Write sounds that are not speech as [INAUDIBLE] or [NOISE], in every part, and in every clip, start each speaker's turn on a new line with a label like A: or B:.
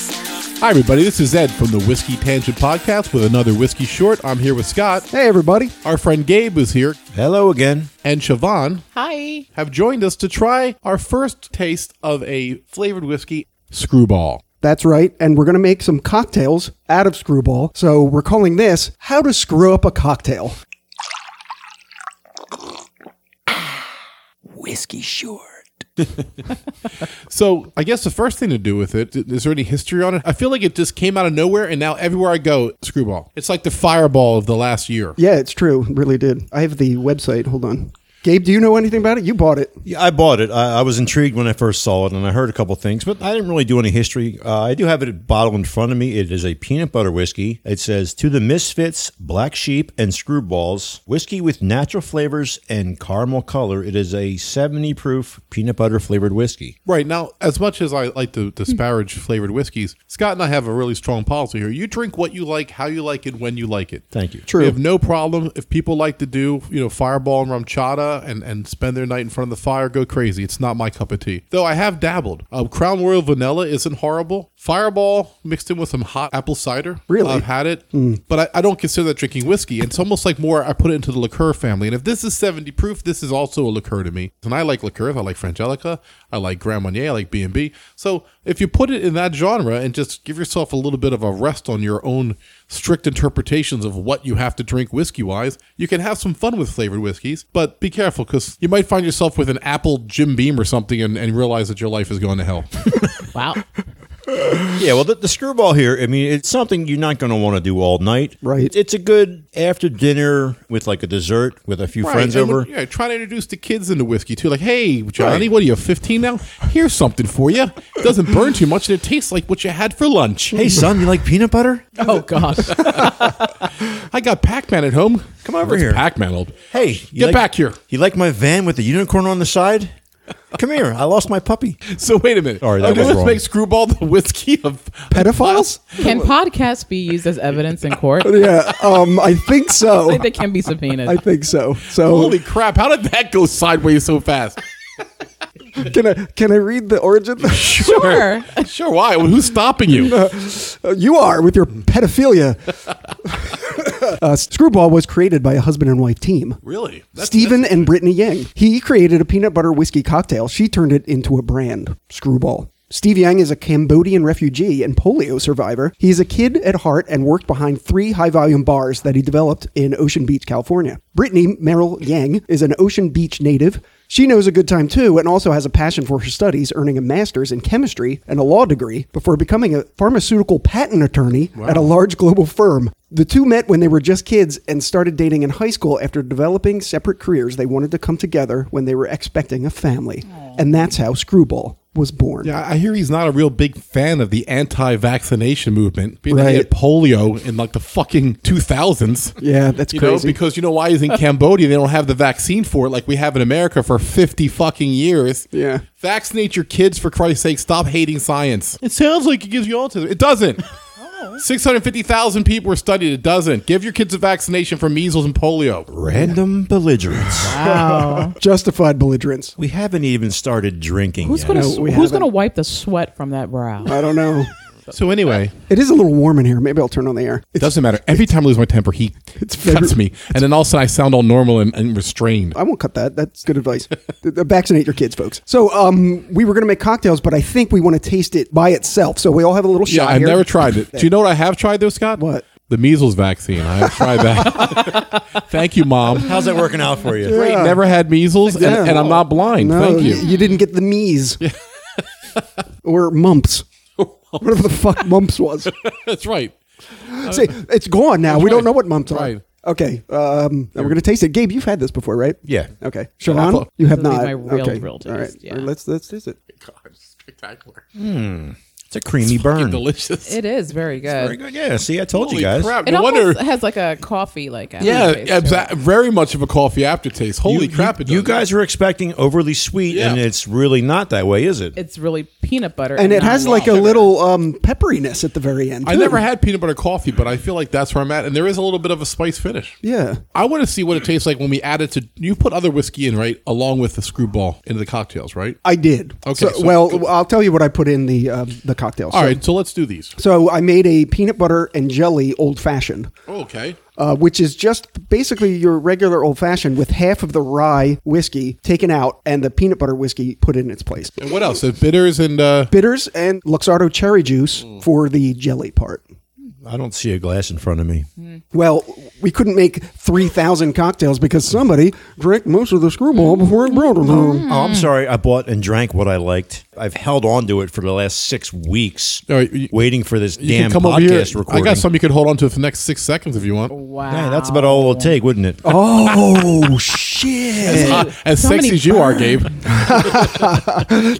A: Hi, everybody. This is Ed from the Whiskey Tangent Podcast with another Whiskey Short. I'm here with Scott.
B: Hey, everybody.
A: Our friend Gabe is here,
B: Hello again.
A: and Siobhan
C: Hi.
A: have joined us to try our first taste of a flavored whiskey, Screwball.
B: That's right. And we're going to make some cocktails out of screwball. So we're calling this How to Screw Up a Cocktail.
C: Whiskey Short.
A: So, I guess the first thing to do with it is there any history on it? I feel like it just came out of nowhere, and now everywhere I go, Screwball. It's like the fireball of the last year.
B: Yeah, it's true. It Really did. I have the website. Hold on. Gabe, do you know anything about it? You bought it.
D: Yeah, I bought it. I, I was intrigued when I first saw it, and I heard a couple things, but I didn't really do any history. Uh, I do have it bottled in front of me. It is a peanut butter whiskey. It says to the misfits, black sheep, and screwballs, whiskey with natural flavors and caramel color. It is a seventy proof peanut butter flavored whiskey.
A: Right now, as much as I like to disparage flavored whiskeys, Scott and I have a really strong policy here. You drink what you like, how you like it, when you like it.
D: Thank you.
A: We have no problem if people like to do, you know, fireball and rum chata and, and spend their night in front of the fire, go crazy. It's not my cup of tea. Though I have dabbled. Um, Crown Royal Vanilla isn't horrible. Fireball mixed in with some hot apple cider.
B: Really?
A: I've had it. But I, I don't consider that drinking whiskey. It's almost like more I put it into the liqueur family. And if this is 70 proof, this is also a liqueur to me. And I like liqueurs. I like Frangelica. I like Grand Marnier. I like B&B. So if you put it in that genre and just give yourself a little bit of a rest on your own strict interpretations of what you have to drink whiskey wise, you can have some fun with flavored whiskeys, but be careful because you might find yourself with an apple Jim Beam or something and, and realize that your life is going to hell.
C: Wow.
D: Yeah, well, the, the screwball here, I mean, it's something you're not going to want to do all night.
B: Right.
D: It's a good after dinner with like a dessert with a few friends
A: and
D: over.
A: when- Yeah, try to introduce the kids into whiskey too. Like, hey, Johnny, what are you, 15 now? Here's something for you. It doesn't burn too much and it tastes like what you had for lunch.
D: Hey, son, you like peanut butter?
C: Oh
B: [LAUGHS]
C: God.
A: I got Pac Man at home.
D: Come over
A: What's
D: here.
A: Pac Man old.
D: Hey,
A: Get back here.
D: You like my van with the unicorn on the side? Come here. I lost my puppy.
A: So, wait a minute.
D: Sorry, that
A: Okay,
D: was
A: let's
D: wrong.
A: make Screwball the whiskey of
B: Pedophiles?
C: Can podcasts be used as evidence in court? I
B: yeah, um, [LAUGHS] I think so.
C: think they can be
B: I
C: subpoenaed.
B: think so. So
A: Holy crap, how did that go sideways so fast?
B: can I can I read the [LAUGHS] origin?
C: Sure.
A: [LAUGHS] Sure, why? Well, who's stopping
D: [LAUGHS]
A: you?
B: Uh, you are with your pedophilia. [LAUGHS] uh, Screwball was created by a husband and wife team.
A: Really? That's-
B: Stephen and Brittany Yang. He created a peanut butter whiskey cocktail. She turned it into a brand, Screwball. Steve Yang is a Cambodian refugee and polio survivor. He's a kid at heart and worked behind three high volume bars that he developed in Ocean Beach, California. Brittany Merrill Yang is an Ocean Beach native. She knows a good time too and also has a passion for her studies, earning a master's in chemistry and a law degree before becoming a pharmaceutical patent attorney at a large global firm. The two met when they were just kids and started dating in high school after developing separate careers. They wanted to come together when they were expecting a family. And that's how Screwball was born.
A: Yeah, I hear he's not a real big fan of the anti-vaccination movement. Being that he had
B: Right.
A: polio in like the fucking 2000s.
B: Yeah, that's
A: You
B: crazy.
A: know, because you know why
B: [LAUGHS]
A: he's in Cambodia, they don't have the vaccine for it like we have in America for 50 fucking years.
B: Yeah.
A: Vaccinate your kids for Christ's sake. Stop hating science. It sounds like it gives you autism. Oh. It [LAUGHS] doesn't. 650,000 people were studied. It doesn't. Give your kids a vaccination for measles and polio.
D: [LAUGHS] Random belligerents.
C: Wow.
B: Justified belligerence.
D: [LAUGHS] We haven't even started drinking
C: Who's
D: yet.
C: gonna
B: No, we
C: Who's
B: haven't.
C: gonna wipe the sweat from that brow?
B: I don't know.
A: So anyway,
B: It is a little warm in here. Maybe I'll turn on the air.
A: it doesn't matter. Every time I lose my temper, he cuts
B: February-
A: me. And then all of a sudden I sound all normal and, and restrained.
B: I won't cut that. That's good advice. [LAUGHS] Th- th- Vaccinate your kids, folks. So, um, we were going to make cocktails, but I think we want to taste it by itself. So we all have a little
A: Yeah,
B: shot
A: I've
B: here.
A: never tried it. Do you know what I have tried though, Scott?
B: What?
A: The measles vaccine. I've tried that. Thank you, mom.
D: How's that working out
A: [LAUGHS]
D: for you?
A: Great. Never had measles, and,
B: Yeah.
A: and I'm not blind.
B: No,
A: Thank
B: y-
A: you.
B: You didn't get the mees [LAUGHS]
A: [LAUGHS]
B: or mumps. Whatever the fuck mumps was.
A: That's right.
B: See, it's gone now. We
A: right.
B: don't know what mumps are.
A: Right.
B: Okay. Um, and we're gonna taste it. Gabe, you've had this before, right?
D: Yeah.
B: Okay.
A: I
B: Siobhan,
A: thought-
B: you have
C: This'll be
B: not.
C: my real,
B: okay.
C: real
B: All right.
C: taste, yeah.
B: All right, Let's let's taste it.
A: God, spectacular.
D: It's a creamy burn.
A: Delicious.
C: It is very good.
D: Very good. Yeah. See, I Hmm. told
A: Holy
D: you guys.
A: crap.
C: It
A: No
C: almost
A: wonder.
C: has like a coffee like
A: Yeah,
C: aftertaste to it.
A: exa- very much of a coffee aftertaste.
D: You-
A: Holy
D: you,
A: crap. it
D: You,
A: does.
D: guys were expecting overly sweet,
A: Yeah.
D: and it's really not that way, is it?
C: It's really peanut butter,
B: And it
C: not
B: has like a
C: peanut
B: little um, pepperiness at the very end.
A: I
B: too.
A: never had peanut butter coffee, but I feel like that's where I'm at. And there is a little bit of a spice finish.
B: Yeah.
A: I want to see what it tastes like when we add it to. You put other whiskey in, right? Along with the screwball into the cocktails, right?
B: I did.
A: Okay,
B: So,
A: so-
B: well, I'll tell you what I put in the um, the cocktails.
A: All
B: so,
A: right, so let's do these.
B: so I made a peanut butter and jelly old fashioned.
A: Okay.
B: uh, which is just basically your regular old fashioned with half of the rye whiskey taken out and the peanut butter whiskey put in its place.
A: And what else? Uh, bitters and uh,
B: Bitters and Luxardo cherry juice
A: Mm.
B: for the jelly part.
D: I don't see a glass in front of me.
A: Hmm.
B: Well, we couldn't make 3,000 cocktails because somebody drank most of the screwball before it brought
A: Mm.
B: them.
D: Oh, I'm sorry. I bought and drank what I liked. I've held on to it for the last six weeks,
A: All right, you-
D: waiting for this
A: you
D: damn
A: can come
D: podcast
A: over here.
D: recording.
A: I got some you could hold on to for the next six seconds if you want.
C: Wow.
D: Yeah, that's about all it'll take, wouldn't it?
B: Oh, shit.
A: Ah, as
C: So
A: sexy
C: many
A: as you are, Gabe.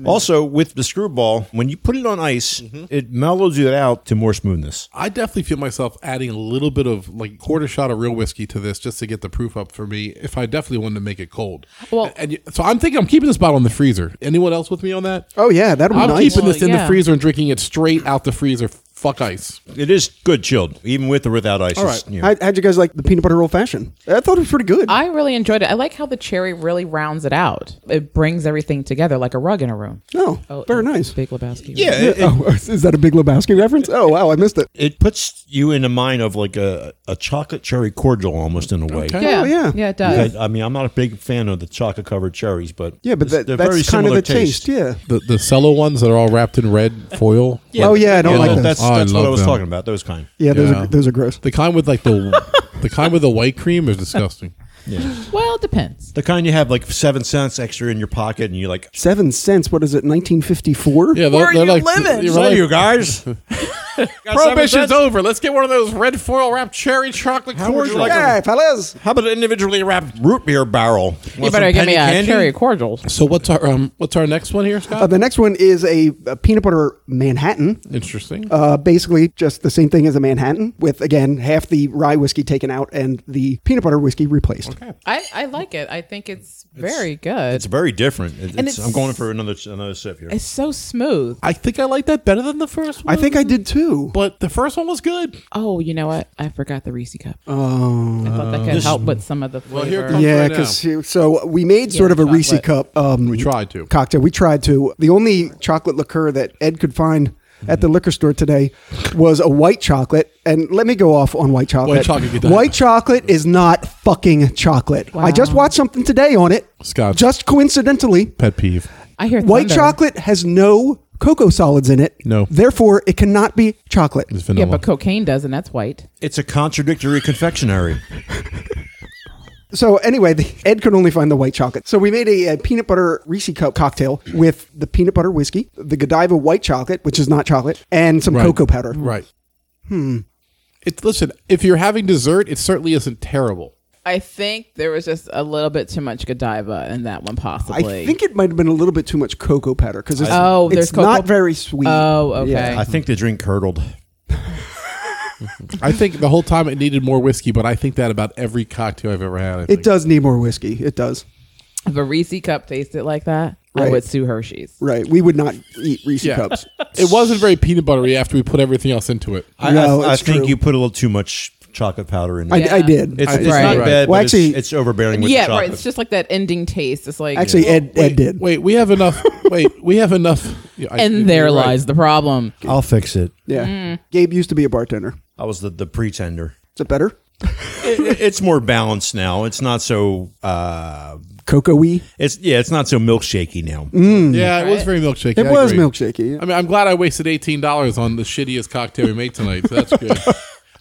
D: Also, with the screwball, when you put it on ice,
B: Mm-hmm.
D: it mellows it out to more smoothness.
A: I definitely feel myself adding a little bit of like quarter shot of real whiskey to this just to get the proof up for me if I definitely wanted to make it cold.
C: Well-
A: and you- so I'm thinking I'm keeping this bottle in the freezer. Anyone else with me on that?
B: Oh, yeah, that'll be
A: I'm
B: nice.
A: keeping this in the
C: Well, yeah.
A: freezer and drinking it straight out the freezer. Fuck ice.
D: It is good chilled, even with or without ice. All
A: right.
B: How, would you guys like the peanut butter old fashioned? I thought it was pretty good.
C: I really enjoyed it. I like how the cherry really rounds it out. It brings everything together like a rug in a room.
B: oh, very
C: and
B: nice.
C: Big Lebowski.
D: yeah, it, it,
B: Oh, [LAUGHS] is that a Big Lebowski reference? Oh, wow, I missed it.
D: it puts you in the mind of like a, a chocolate cherry cordial almost in a way.
A: Okay.
C: Yeah.
B: Oh, yeah.
C: Yeah, it does.
D: I, I mean, I'm not a big fan of the chocolate covered cherries, but
B: Yeah, but
D: it's-
B: that,
D: they're very
B: that's kind
D: similar
B: of the taste. Yeah.
A: The the cello ones that are all wrapped in red foil.
B: Oh, yeah, I don't like those.
D: That's,
A: Oh, I
D: that's what
A: love
D: I was
A: them.
D: talking about. Those kind.
B: Yeah, those
A: Yeah.
B: are those are gross.
A: The kind with like the the kind with the white cream is disgusting.
C: Well, it depends.
D: The kind you have like seven cents extra in your pocket, and you're like,
B: Seven cents. What is it? Nineteen fifty four.
A: Yeah, they're,
C: Where are
A: they're
C: you
A: like
C: living?
A: you're
D: "Say,
A: like, [LAUGHS]
D: you guys, got seven
A: prohibition's
D: cents?
A: over. Let's get one of those red foil wrapped cherry chocolate
D: How would you
A: cordial.
D: like a-
B: Hey, fellas.
D: How about an individually wrapped root beer barrel?
C: You better give me a cherry cordial.
A: so what's our um what's our next one here, Scott?
B: Uh, the next one is a, a peanut butter Manhattan.
A: Interesting.
B: Uh, basically, just the same thing as a Manhattan, with again half the rye whiskey taken out and the peanut butter whiskey replaced.
C: I, I like it. I think it's very good.
D: It's very different. It- it's-
C: it's-
D: I'm going for another another sip here.
C: it's so smooth.
A: I think I like that better than the first one.
B: I think I did too.
A: but the first one was good.
C: Oh, you know what? I forgot the Reese cup. Oh, I thought that could help with some of the flavor.
A: Well, here it comes.
B: Yeah,
A: right now.
B: because so we made sort of a Reese
C: chocolate.
B: cup. Um,
A: we tried to.
B: cocktail. We tried to. The only chocolate liqueur that Ed could find at the liquor store today was a white chocolate. And let me go off on white chocolate.
A: White chocolate, get that.
B: White chocolate is not fucking chocolate. I just watched something today on it.
A: Scott.
B: Just coincidentally,
A: Pet peeve.
C: I hear
B: white
C: thunder.
B: chocolate has no cocoa solids in it.
A: No.
B: Therefore, it cannot be chocolate.
A: It's
C: Yeah,
A: vanilla.
C: but cocaine does, and that's white.
D: It's a contradictory confectionery.
B: So anyway, the, Ed could only find the white chocolate. So we made a, a peanut butter Reese cup cocktail with the peanut butter whiskey, the Godiva white chocolate, which is not chocolate, and some
A: Right.
B: cocoa powder.
A: right. Hmm. It's listen. If you're having dessert, it certainly isn't terrible.
C: I think there was just a little bit too much Godiva in that one,
B: I
C: possibly.
B: think it might have been a little bit too much cocoa powder because it's,
C: Oh,
B: it's
C: there's cocoa-
B: not very sweet.
C: Oh, okay.
D: I think the drink curdled.
A: I think the whole time it needed more whiskey, but I think that about every cocktail I've ever had. I
B: It
A: think.
B: does need more whiskey. It does.
C: If a Reese cup tasted like that,
B: Right.
C: I would sue Hershey's.
B: Right. We would not eat Reese
A: Yeah.
C: [LAUGHS]
B: cups.
A: It wasn't very peanut buttery after we put everything else into it.
D: I,
B: No,
D: I, I
B: it's
D: think
B: true.
D: you put a little too much chocolate powder in
B: I,
D: it.
B: I did.
D: It's,
A: I-
D: it's
C: Right.
D: not bad,
B: Well,
D: but
B: actually-
D: it's, it's overbearing with
C: yeah,
D: the chocolate.
C: right. It's just like that ending taste. It's like
B: Actually, Ed, Ed did.
A: Oh, Wait, we have enough. wait, we have enough. Yeah, I-
C: and there
A: you're right.
C: lies the problem.
D: I'll fix it.
B: Yeah.
C: Mm.
B: Gabe used to be a bartender.
D: I was the, the pretender.
B: Is it better?
D: It- it- it's more balanced now. It's not so. Uh,
B: Cocoa-y.
D: it's yeah. It's not so milkshakey now.
B: Mm-hmm.
A: Yeah, it was very milkshake.
B: Hmm. It was milkshakey. yeah.
A: I mean, I'm glad I wasted eighteen dollars on the shittiest cocktail we made tonight. So that's
B: [LAUGHS]
A: good.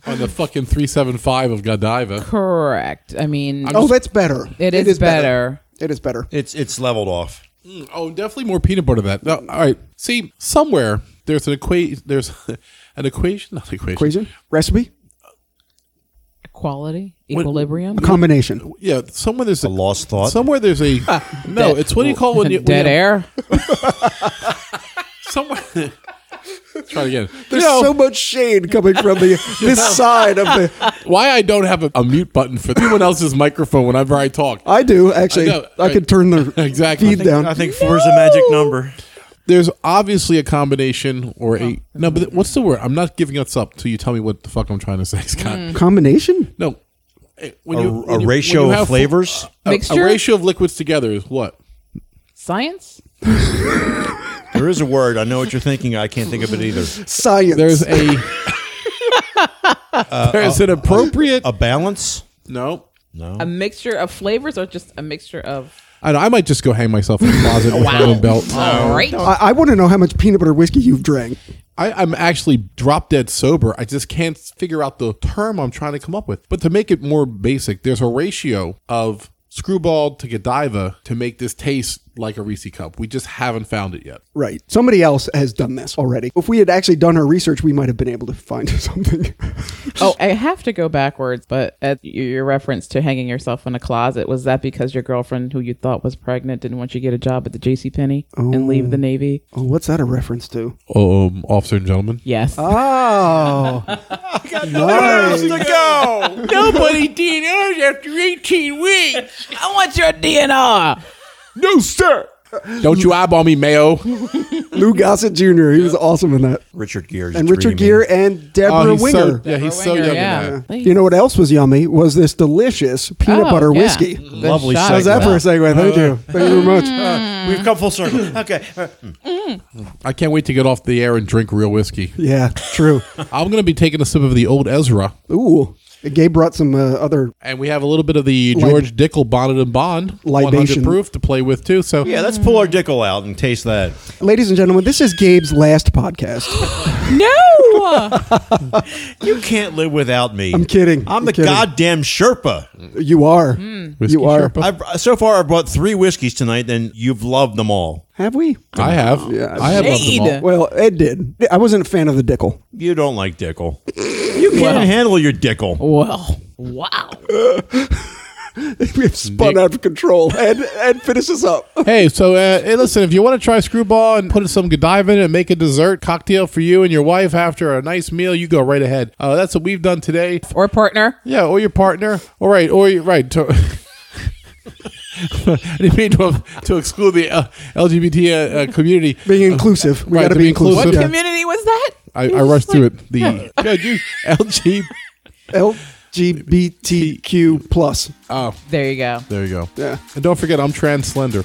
A: on the fucking three seven five of Godiva.
C: Correct. I mean,
B: oh, that's better.
C: it is, better.
B: It is better.
D: It's it's leveled off.
A: Mm, Oh, definitely more peanut butter. than That. No, all right. See, somewhere there's an equation. There's [LAUGHS] an equation. Not equation.
B: Equation? Recipe?
C: Quality, equilibrium.
B: Combination.
A: Yeah. Somewhere there's a,
D: A lost thought.
A: Somewhere there's
B: [LAUGHS]
A: a. no, it's what do you call when you when
C: dead
A: you-
C: air?
A: Somewhere. [LAUGHS] Try it again.
B: There's
A: You know,
B: so much shade coming from the this side of the.
A: why I don't have a, a mute button for anyone else's microphone whenever I talk.
B: I do actually.
A: I
B: I,
A: know, right.
B: could turn the
A: Exactly.
B: feed down.
D: I think four is a magic number.
A: there's obviously a combination or a no, but what's the word? I'm not giving us up till you tell me what the fuck I'm trying to say, Scott.
B: Combination.
A: No, Eh, when
D: A,
A: you-
D: a
A: when you- when
D: ratio
A: you
D: of
A: have
D: flavors.
A: a- a,
C: Mixture?
A: ratio of liquids together is what?
C: Science?
D: There is a word. I know what you're thinking. I can't think of it either.
B: Science.
A: There's [LAUGHS] a there's an appropriate
D: Uh, A balance?
A: no.
D: No.
C: A mixture of flavors or just a mixture of.
A: I know I might just go hang myself in the closet with my own belt.
C: All right.
B: I, I want to know how much peanut butter whiskey you've drank.
A: I, I'm actually drop dead sober. I just can't figure out the term I'm trying to come up with. But to make it more basic, there's a ratio of screwball to Godiva to make this taste like a Reese cup. We just haven't found it yet.
B: Right. Somebody else has done this already. If we had actually done our research, we might have been able to find [LAUGHS] something.
C: Oh, I have to go backwards, but at y- your reference to hanging yourself in a closet, was that because your girlfriend, who you thought was pregnant, didn't want you to get a job at the J.C. Penney and leave the Navy?
B: oh, what's that a reference to?
A: Um, officer and gentlemen.
C: Yes.
B: Oh. nice.
A: [LAUGHS] Nobody DNRs after 18 weeks.
C: I want your DNR.
A: No, sir. Don't you eyeball me, Mayo.
B: Lou Gossett Jr. He was awesome in that.
D: Richard Gere.
B: And Richard Gere and Deborah
A: Uh, he's
B: Winger.
A: so, yeah, he's so
C: Winger,
A: young.
C: yeah.
A: in that.
B: You know what else was yummy was this delicious peanut
C: Oh,
B: butter
C: yeah.
B: whiskey.
D: Lovely
C: shot.
B: How's that for a segue? Thank you. Thank you very
D: [LAUGHS]
B: much.
D: We've come full circle. Okay.
A: I can't wait to get off the air and drink real whiskey.
B: Yeah, true.
A: I'm going to be taking a sip of the old Ezra,
B: Ooh. Gabe brought some uh, other.
A: and we have a little bit of the George Dickel Bonnet and Bond 100
B: Libation.
A: proof to play with too. So
D: Yeah, let's pull our dickle out and taste that.
B: Ladies and gentlemen, this is Gabe's last podcast.
C: [LAUGHS] No.
D: You can't live without me.
B: I'm kidding.
D: I'm
B: I'm
D: the
B: kidding.
D: goddamn Sherpa.
B: You are.
A: Whiskey
B: You are.
A: Sherpa.
D: I've, so far, I've brought three whiskeys tonight, and you've loved them all.
B: Have we?
A: I have.
B: Yeah.
A: I have loved them all.
C: Shade.
B: Well, Ed did. I wasn't a fan of the [LAUGHS] Dickel.
D: You don't like Dickel. You can't handle your Dickel.
C: well, wow.
B: We've spun
A: Dick.
B: out of control. Ed, Ed, finish us up.
A: Hey, so uh, hey, listen, if you want to try Screwball and put some Godiva in it and make a dessert cocktail for you and your wife after a nice meal, you go right ahead. Uh, that's what we've done today.
C: Or partner.
A: Yeah, or your partner. All right, or your, right. To, [LAUGHS] I didn't mean to, to exclude the uh, LGBT uh, uh, community.
B: Being inclusive. We
A: Right,
B: got to
A: to
B: be
A: be inclusive.
B: inclusive.
A: What
B: yeah.
C: Community was that?
A: I, I rushed through it. The yeah, you- LG.
B: LGBTQ plus.
A: Oh,
C: There you go.
A: there you go.
B: Yeah.
A: And don't forget, I'm trans slender.